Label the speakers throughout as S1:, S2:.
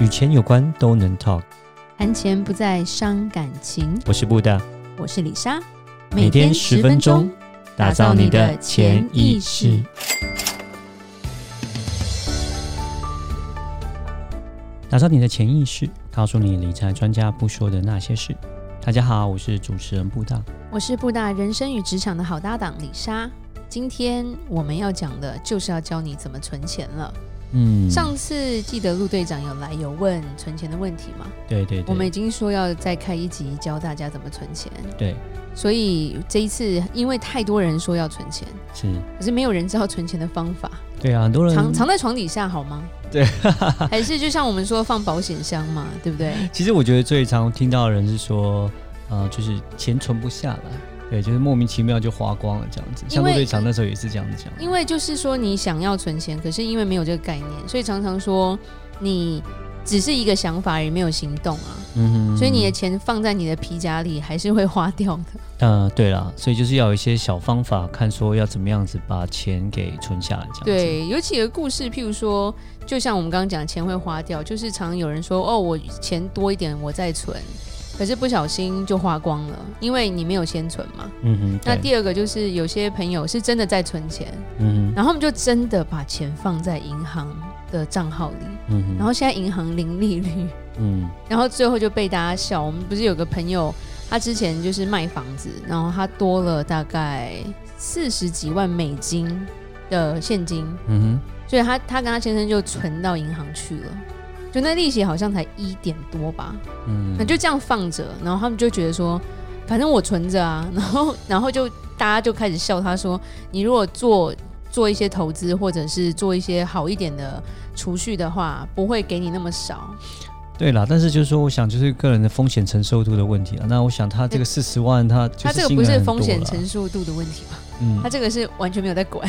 S1: 与钱有关都能 talk。
S2: 谈钱不再伤感情。
S1: 我是布大，
S2: 我是李莎，
S1: 每天十分钟，打造你的潜意识。打造你的潜意识，告诉你理财专家不说的那些事。大家好，我是主持人布大。
S2: 我是布大人生与职场的好搭档李莎。今天我们要讲的就是要教你怎么存钱了。
S1: 嗯，
S2: 上次记得陆队长有来有问存钱的问题吗？
S1: 对对对，
S2: 我们已经说要再开一集教大家怎么存钱，
S1: 对
S2: 所以这一次因为太多人说要存钱，
S1: 是，
S2: 可是没有人知道存钱的方法，
S1: 对啊，很多人
S2: 藏藏在床底下好吗？
S1: 对，
S2: 还是就像我们说放保险箱嘛，对不对？
S1: 其实我觉得最常听到的人是说，呃，就是钱存不下来，对，就是莫名其妙就花光了这样子。
S2: 因
S1: 像陆
S2: 为
S1: 队长那时候也是这样子讲，
S2: 因为就是说你想要存钱，可是因为没有这个概念，所以常常说你只是一个想法，也没有行动啊。
S1: 嗯哼
S2: 所以你的钱放在你的皮夹里，还是会花 掉的。
S1: 呃，对啦，所以就是要有一些小方法，看说要怎么样子把钱给存下来，这样子。，
S2: 对，有几个故事，譬如说，就像我们刚刚讲，钱会花掉，就是常有人说，哦，我钱多一点，我再存，可是不小心就花光了，因为你没有先存嘛。
S1: 嗯哼，
S2: 那
S1: 对
S2: 第二个就是有些朋友是真的在存钱，
S1: 嗯哼，
S2: 然后我们就真的把钱放在银行的账号里，
S1: 嗯哼，
S2: 然后现在银行零利率，
S1: 嗯
S2: 然后最后就被大家笑。我们不是有个朋友，他之前就是卖房子，然后他多了大概四十几万美金的现金，
S1: 嗯
S2: 所以他他跟他先生就存到银行去了。就那利息好像才一点多吧，
S1: 哼，嗯，
S2: 那就这样放着，然后他们就觉得说，反正我存着啊， 然后然后就大家就开始笑他说，你如果做做一些投资或者是做一些好一点的储蓄的话，不会给你那么少，
S1: 对啦。但是就是说，我想就是个人的风险承受度的问题啊。那我想他这个四十万，他就是
S2: 他这个
S1: 心
S2: 不
S1: 软
S2: 是
S1: 很
S2: 风
S1: 多
S2: 险
S1: 啦
S2: 承受度的问题吧？
S1: 嗯
S2: 他，这个是完全没有在管，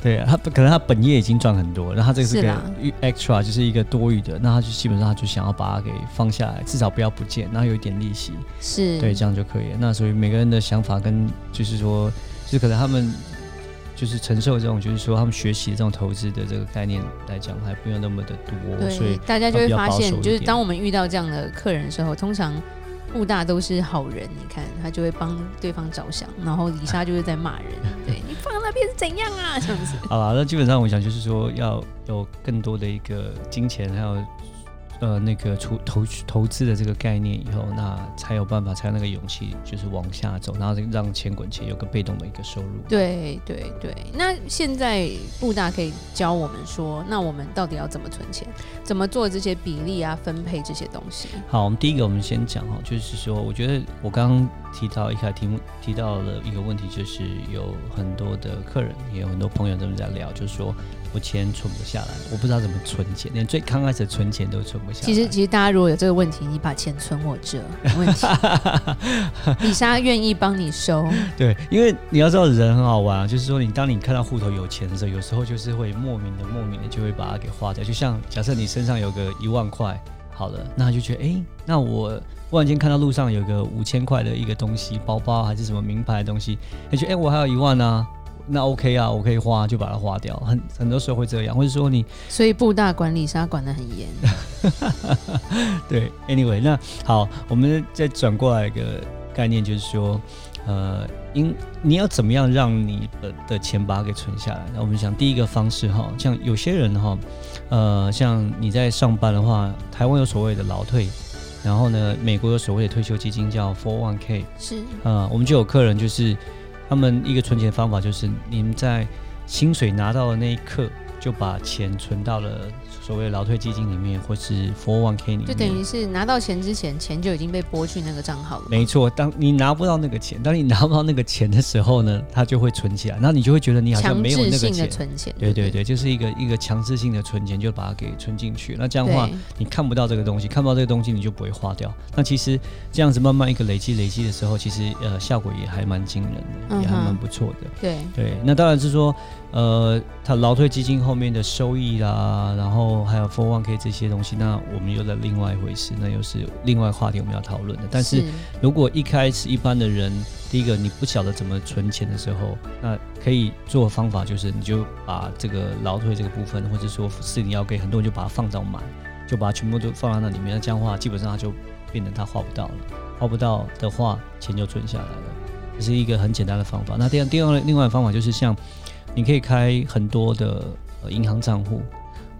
S1: 对啊他可能他本业已经赚很多，那他这个是
S2: 是
S1: 个
S2: 啦
S1: extra，就是一个多余的，那他就基本上他就想要把它给放下来，至少不要不见，然后有一点利息，
S2: 是
S1: 对，这样就可以了。那所以每个人的想法跟就是说，就是可能他们就是承受这种，就是说他们学习这种投资的这个概念来讲，还不用那么的多，所
S2: 对
S1: 以，
S2: 大家就
S1: 他
S2: 会
S1: 比较
S2: 发
S1: 保守
S2: 现，
S1: 一
S2: 就是
S1: 点
S2: 当我们遇到这样的客人的时候，通常布大都是好人，你看他就会帮对方着想，然后李莎就是在骂人， 对你放那边是怎样啊， 这样子。
S1: 好啦，那基本上我想就是说要有更多的一个金钱，还有呃那个出投投资的这个概念以后，那才有办法，才有那个勇气，就是往下走，然后让钱滚钱，有个被动的一个收入。
S2: 对对对，那现在布大可以教我们说，那我们到底要怎么存钱，怎么做这些比例啊、分配这些东西？
S1: 好，我们第一个我们先讲哈，就是说，我觉得我刚刚提到一开始题目提到了一个问题，就是有很多的客人，也有很多朋友他们在聊，就是说我钱存不下来，我不知道怎么存钱，连最刚开始存钱都存不下来。
S2: 其实，其实大家如果有这个问题，你把钱存我这没问 题，李莎愿意帮你收。
S1: 对，因为你要知道人很好玩啊，就是说你当你看到户头有钱的时候，有时候就是会莫名的、莫名的就会把它给花掉。就像假设你身上有个一万块，好了，那就觉得哎，诶那我忽然间看到路上有个五千块的一个东西，包包还是什么名牌的东西，你觉得哎，诶我还有一万啊。那 OK 啊，我可以花，就把它花掉。很很多时候会这样，或者说你
S2: 所以布大管李莎管得很 严。
S1: 对，anyway，那好，我们再转过来一个概念，就是说，呃，因你要怎么样让你的的钱把它给存下来？那我们想第一个方式哈，像有些人哈，呃，像你在上班的话，台湾有所谓的劳退，然后呢，美国有所谓的退休基金叫 401k，
S2: 是
S1: 呃，我们就有客人就是他们一个存钱方法就是你们在薪水拿到的那一刻。就把钱存到了所谓的劳退基金里面，或是 401k 里面，
S2: 就等于是拿到钱之前，钱就已经被拨去那个账号了嘛。
S1: 没错，当你拿不到那个钱，当你拿不到那个钱的时候呢，它就会存起来，然后你就会觉得你好像
S2: 强
S1: 没有那
S2: 制
S1: 个
S2: 性的
S1: 钱。
S2: 存钱。
S1: 对对
S2: 不
S1: 对，就是一个一个强制性的存钱，就把它给存进去。那这样的话，
S2: 对，
S1: 你看不到这个东西，看不到这个东西，你就不会花掉。那其实这样子慢慢一个累积累积的时候，其实呃效果也还蛮惊人的，也还
S2: 嗯
S1: 蛮
S2: 哼
S1: 不错的。
S2: 对
S1: 对，那当然是说，呃，它劳退基金后面的收益啦，然后还有 401k 这些东西，那我们又在另外一回事，那又是另外话题我们要讨论的。但是如果一开始一般的人第一个你不晓得怎么存钱的时候，那可以做的方法就是你就把这个劳退这个部分，或者说四零幺给很多人就把它放到满，就把它全部都放到那里面，那这样的话基本上它就变成它花不到了，花不到的话钱就存下来了，这是一个很简单的方法。那第二第二另外的方法就是像你可以开很多的呃银行账户。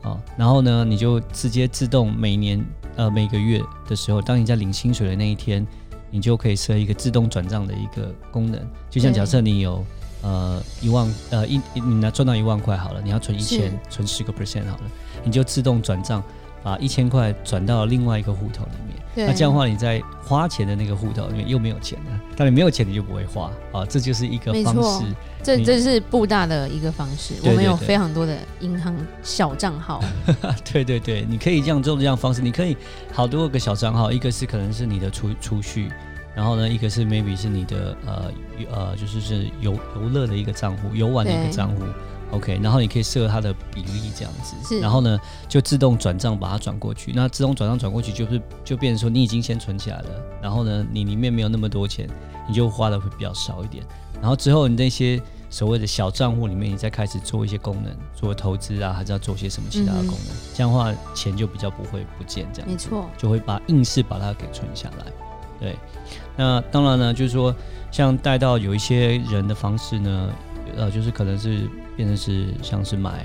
S1: 啊，然后呢，你就直接自动每年呃每个月的时候，当你在领薪水的那一天，你就可以设一个自动转账的一个功能。就像
S2: 对
S1: 假设你有呃一万呃一一你拿赚到一万块好了，你要存一
S2: 是
S1: 千，存十个 percent 好了，你就自动转账，把一千块转到另外一个户头里面。
S2: 对，
S1: 那这样的话，你在花钱的那个户头里面又没有钱了，当你没有钱，你就不会花啊，这就是一个
S2: 没
S1: 方
S2: 错
S1: 式。
S2: 这
S1: 你
S2: 这是布大的一个方式。
S1: 对
S2: 我们有
S1: 对
S2: 非常多的银行小账号，
S1: 对对对，你可以这样做这样的方式，你可以好多个小账号，一个是可能是你的储储蓄，然后呢，一个是 maybe 是你的呃游呃就是是游游乐的一个账户，游玩的一个
S2: 对
S1: 账户。OK，然后你可以设它的比例这样子，
S2: 是
S1: 然后呢就自动转账把它转过去。那自动转账转过去就是就变成说你已经先存起来了，然后呢你里面没有那么多钱，你就花的会比较少一点。然后之后你那些所谓的小账户里面，你再开始做一些功能，做投资啊，还是要做些什么其他的功能，这样的话钱就比较不会不见，这
S2: 没
S1: 样
S2: 错，
S1: 就会把硬是把它给存下来。对，那当然呢，就是说像带到有一些人的方式呢，呃，就是可能是变成是像是买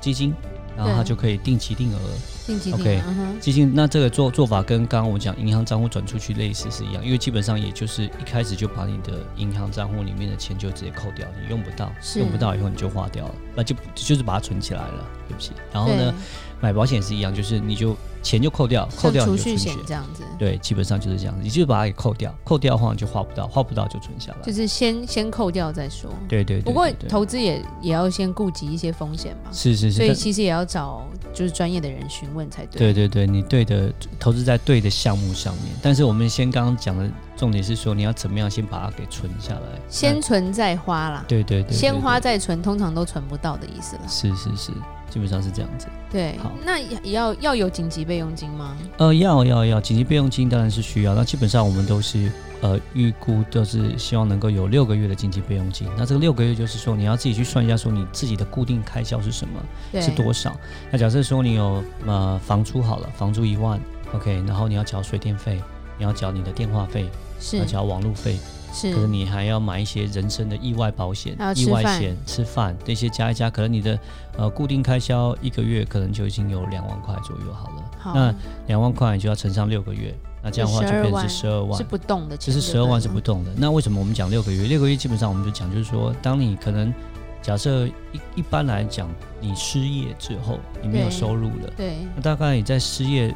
S1: 基金，然后
S2: 对
S1: 他就可以定期定额。
S2: 定期定
S1: OK
S2: 额，嗯哼，
S1: 基金那这个做做法跟刚刚我讲银行账户转出去类似是一样，因为基本上也就是一开始就把你的银行账户里面的钱就直接扣掉，你用不到，
S2: 是
S1: 用不到以后你就花掉了，那就就是把它存起来了，对不起。然后
S2: 对
S1: 呢，，买保险也是一样，就是你就钱就扣掉，扣
S2: 像
S1: 掉
S2: 储
S1: 你就
S2: 蓄
S1: 存起
S2: 险
S1: 来。
S2: 这样子，
S1: 对，基本上就是这样，你就把它给扣掉，扣掉的话你就花不到，花不到就存下来。
S2: 就是先先扣掉再说。
S1: 对对对。
S2: 不过
S1: 对对
S2: 投资也也要先顾及一些风险嘛，
S1: 是是是，
S2: 所以
S1: 但
S2: 其实也要找就是专业的人询问才对。
S1: 对对对，你对的投资在对的项目上面，但是我们先刚刚讲的重点是说，你要怎么样先把它给存下来，
S2: 先
S1: 那
S2: 存再花啦，
S1: 对对对对，
S2: 先花
S1: 对
S2: 再存，通常都存不到的意思啦。
S1: 是是是，基本上是这样子。
S2: 对
S1: 好，
S2: 那也也要要有紧急备用金吗？
S1: 呃，要要要，紧急备用金当然是需要，那基本上我们都是呃预估都是希望能够有六个月的紧急备用金，那这个六个月就是说你要自己去算一下，说你自己的固定开销是什么。
S2: 对，
S1: 是多少？那假设说你有呃房租好了，房租一万，OK，然后你要缴水电费，你要缴你的电话费，你要
S2: 是
S1: 缴网路费，可
S2: 是
S1: 能你还要买一些人身的意外保险
S2: 还要、
S1: 意
S2: 哦吃
S1: 外
S2: 饭
S1: 险、吃饭这些加一加，可能你的呃固定开销一个月可能就已经有两万块左右好了。
S2: 好，
S1: 那两万块你就要乘上六个月，那这样的话就
S2: 12
S1: 变成
S2: 万
S1: 十二万
S2: 是。不动的
S1: 其
S2: 钱
S1: 实
S2: 就对了，
S1: 十二万是不动的。那为什么我们讲六个月？六个月基本上我们就讲，就是说，当你可能假设一一般来讲，你失业之后，你没有
S2: 对
S1: 收入了，
S2: 对，
S1: 那大概你在失业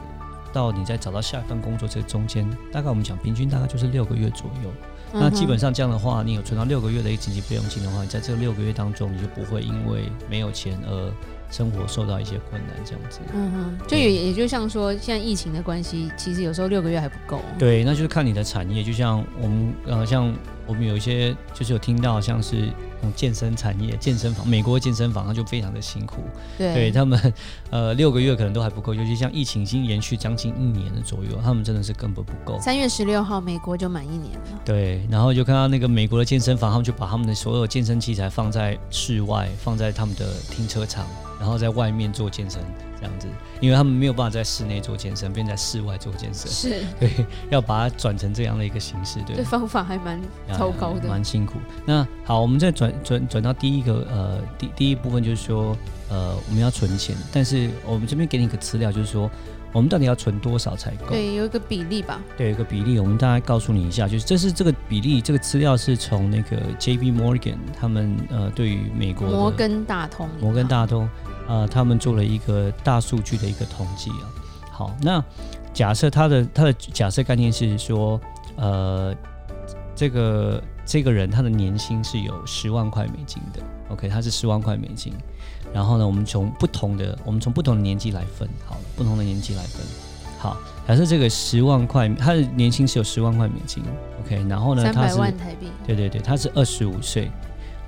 S1: 到你在找到下一份工作这中间，大概我们讲平均大概就是六个月左右。那
S2: 嗯哼
S1: 基本上这样的话，你有存到六个月的一个紧急备用金的话，你在这六个月当中，你就不会因为没有钱而生活受到一些困难，这样子。
S2: 嗯哼，就
S1: 对
S2: 也也就像说，现在疫情的关系，其实有时候六个月还不够。
S1: 对，那就是看你的产业，就像我们呃，像我们有一些就是有听到，像是那种健身产业、健身房，美国健身房它就非常的辛苦，
S2: 对
S1: 对他们呃六个月可能都还不够，尤其像疫情已经延续将近一年了左右，他们真的是根本不够。
S2: 三月十六号，美国就满一年了。
S1: 对，然后就看到那个美国的健身房，他们就把他们的所有健身器材放在室外，放在他们的停车场，然后在外面做健身这样子，因为他们没有办法在室内做健身，便在室外做健身。
S2: 是，
S1: 对，要把它转成这样的一个形式，对
S2: 这，方法还蛮
S1: 呀
S2: 糟
S1: 呀
S2: 糕的。
S1: 蛮辛苦。那好，我们再转转转到第一个呃第第一部分，就是说呃我们要存钱，但是我们这边给你一个资料，就是说我们到底要存多少才够？
S2: 对，有一个比例吧。
S1: 对，有一个比例，我们大概告诉你一下，就是这是这个比例，这个资料是从那个 J B Morgan 他们呃对于美国的
S2: 摩根大通银行，
S1: 摩根大通，呃，他们做了一个大数据的一个统计啊。好，那假设他的他的假设概念是说，呃，这个这个人他的年薪是有十万块美金的，OK，他是十万块美金。然后呢，我们从不同的我们从不同的年纪来分，好了，不同的年纪来分。好，假设这个十万块，他的年薪是有十万块美金，OK，然后呢，
S2: 三
S1: 他
S2: 百
S1: 是
S2: 万台币。
S1: 对对对，他是二十五岁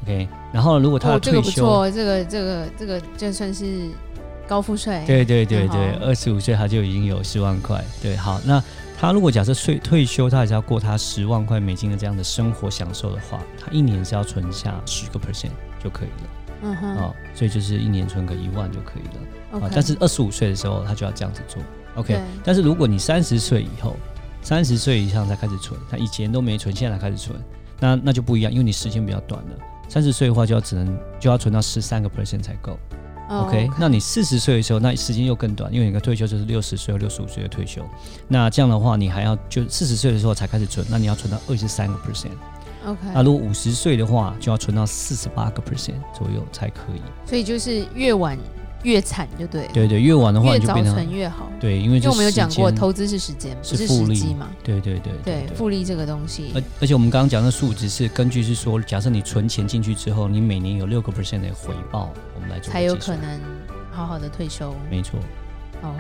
S1: ，OK，然后如果他的
S2: 哦，这个
S1: 退
S2: 不
S1: 休，
S2: 错，这个这个这个这算是高富帅，
S1: 对对对
S2: 很好
S1: 对，二十五岁他就已经有十万块。对，好，那他如果假设退退休，他还是要过他十万块美金的这样的生活享受的话，他一年是要存下十个 percent 就可以了
S2: 嗯哼，
S1: 哦，所以就是一年存个一万就可以了。
S2: o
S1: 啊
S2: k，
S1: 但是二十五岁的时候他就要这样子做，OK
S2: 对。
S1: 但是如果你三十岁以后，三十岁以上才开始存，他以前都没存，现在才开始存，那那就不一样，因为你时间比较短了。三十岁的话就要只能就要存到十三个 percent 才够、
S2: 哦
S1: o k 那你四十岁的时候，那时间又更短，因为你的退休就是六十岁或六十五岁的退休。那这样的话，你还要就四十岁的时候才开始存，那你要存到二十三个 percent。
S2: OK，
S1: 那如果五十岁的话，就要存到四十八个 percent 左右才可以。
S2: 所以就是越晚越惨就对了，
S1: 对对，越晚的话
S2: 越
S1: 你就
S2: 早
S1: 变成
S2: 存越好。
S1: 对，因为
S2: 因为
S1: 就
S2: 我们有讲过，
S1: 时间
S2: 投资是时间，
S1: 是
S2: 不是
S1: 复
S2: 时
S1: 利
S2: 机嘛。
S1: 对对对
S2: 对，复利这个东西
S1: 而，而且我们刚刚讲的数值是根据是说，假设你存钱进去之后，你每年有六个 percent 的回报，我们来做
S2: 才有
S1: 计
S2: 可
S1: 算。
S2: 能好好的退休。
S1: 没错，
S2: 哦，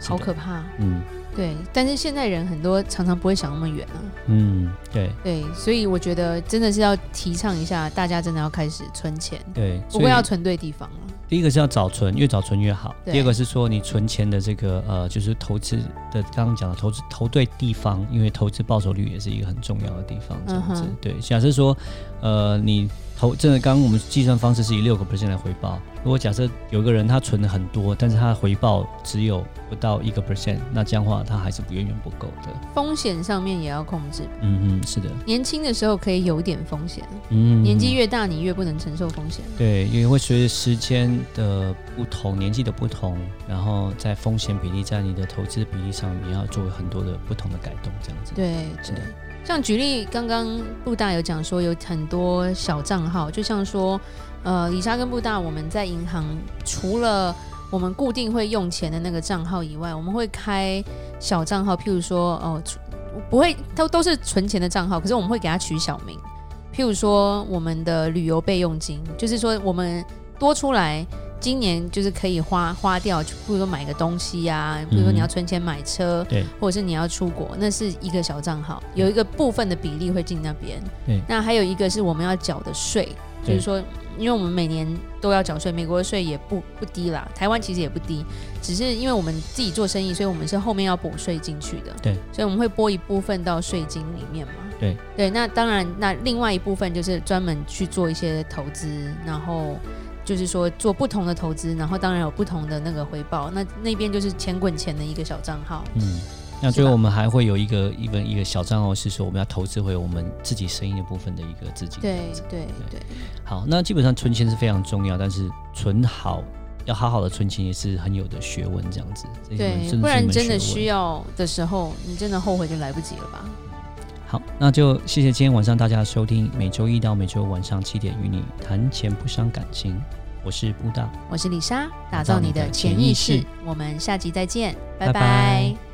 S1: 是
S2: 好
S1: 的
S2: 可怕。
S1: 嗯
S2: 对，但是现在人很多常常不会想那么远啊。
S1: 嗯，对
S2: 对，所以我觉得真的是要提倡一下，大家真的要开始存钱，
S1: 对。
S2: 不
S1: 所
S2: 过
S1: 以
S2: 要存对地方了。
S1: 第一个是要早存，越早存越好。
S2: 对
S1: 第二个是说你存钱的这个呃，就是投资的，刚刚讲的投资投对地方，因为投资报酬率也是一个很重要的地方。这样子，
S2: 嗯哼
S1: 对。假设说，呃，你投真的，刚刚我们计算方式是以六个 percent 来回报。如果假设有一个人他存了很多，但是他的回报只有不到一个 percent，那这样的话他还是不远远不够的。
S2: 风险上面也要控制，
S1: 嗯嗯，是的。
S2: 年轻的时候可以有点风险，
S1: 嗯，
S2: 年纪越大你越不能承受风险。
S1: 对，因为会随着时间的不同、年纪的不同，然后在风险比例、在你的投资比例上，你要做很多的不同的改动，这样子。嗯
S2: 对
S1: 是
S2: 对
S1: 的，
S2: 像举例，刚刚布大有讲说有很多小账号，就像说，呃，李莎跟布大，我们在银行除了我们固定会用钱的那个账号以外，我们会开小账号，譬如说，哦、存不会都都是存钱的账号，可是我们会给它取小名，譬如说我们的旅游备用金，就是说我们多出来。今年就是可以花花掉，就譬如说买个东西呀、比如说你要
S1: 嗯
S2: 存钱买车，
S1: 对，
S2: 或者是你要出国，那是一个小账号，有一个部分的比例会进那边。
S1: 嗯对
S2: 那还有一个是我们要缴的税，就
S1: 对
S2: 是说，因为我们每年都要缴税，美国的税也不不低啦，台湾其实也不低，只是因为我们自己做生意，所以我们是后面要补税进去的。
S1: 对，
S2: 所以我们会拨一部分到税金里面嘛。
S1: 对
S2: 对，那当然，那另外一部分就是专门去做一些投资，然后。就是说做不同的投资，然后当然有不同的那个回报。那那边就是钱滚钱的一个小账号，
S1: 嗯。那
S2: 是
S1: 最后
S2: 吧
S1: 我们还会有一个一个一个小账号，是说我们要投资回我们自己生意的部分的一个资金。这
S2: 对
S1: 样子
S2: 对对，
S1: 好，那基本上存钱是非常重要，但是存好要好好的存钱也是很有的学问，这样子。这一门
S2: 对，
S1: 是
S2: 不然
S1: 一门
S2: 真
S1: 学
S2: 的
S1: 问
S2: 需要的时候，你真的后悔就来不及了吧？
S1: 好，那就谢谢今天晚上大家的收听，每周一到每周晚上七点与你谈钱不伤感情，我是布大。
S2: 我是李莎，打
S1: 造
S2: 造
S1: 你
S2: 你
S1: 的
S2: 的
S1: 潜
S2: 潜
S1: 意
S2: 意
S1: 识
S2: 识。我们下集再见，
S1: 拜
S2: 拜拜
S1: 拜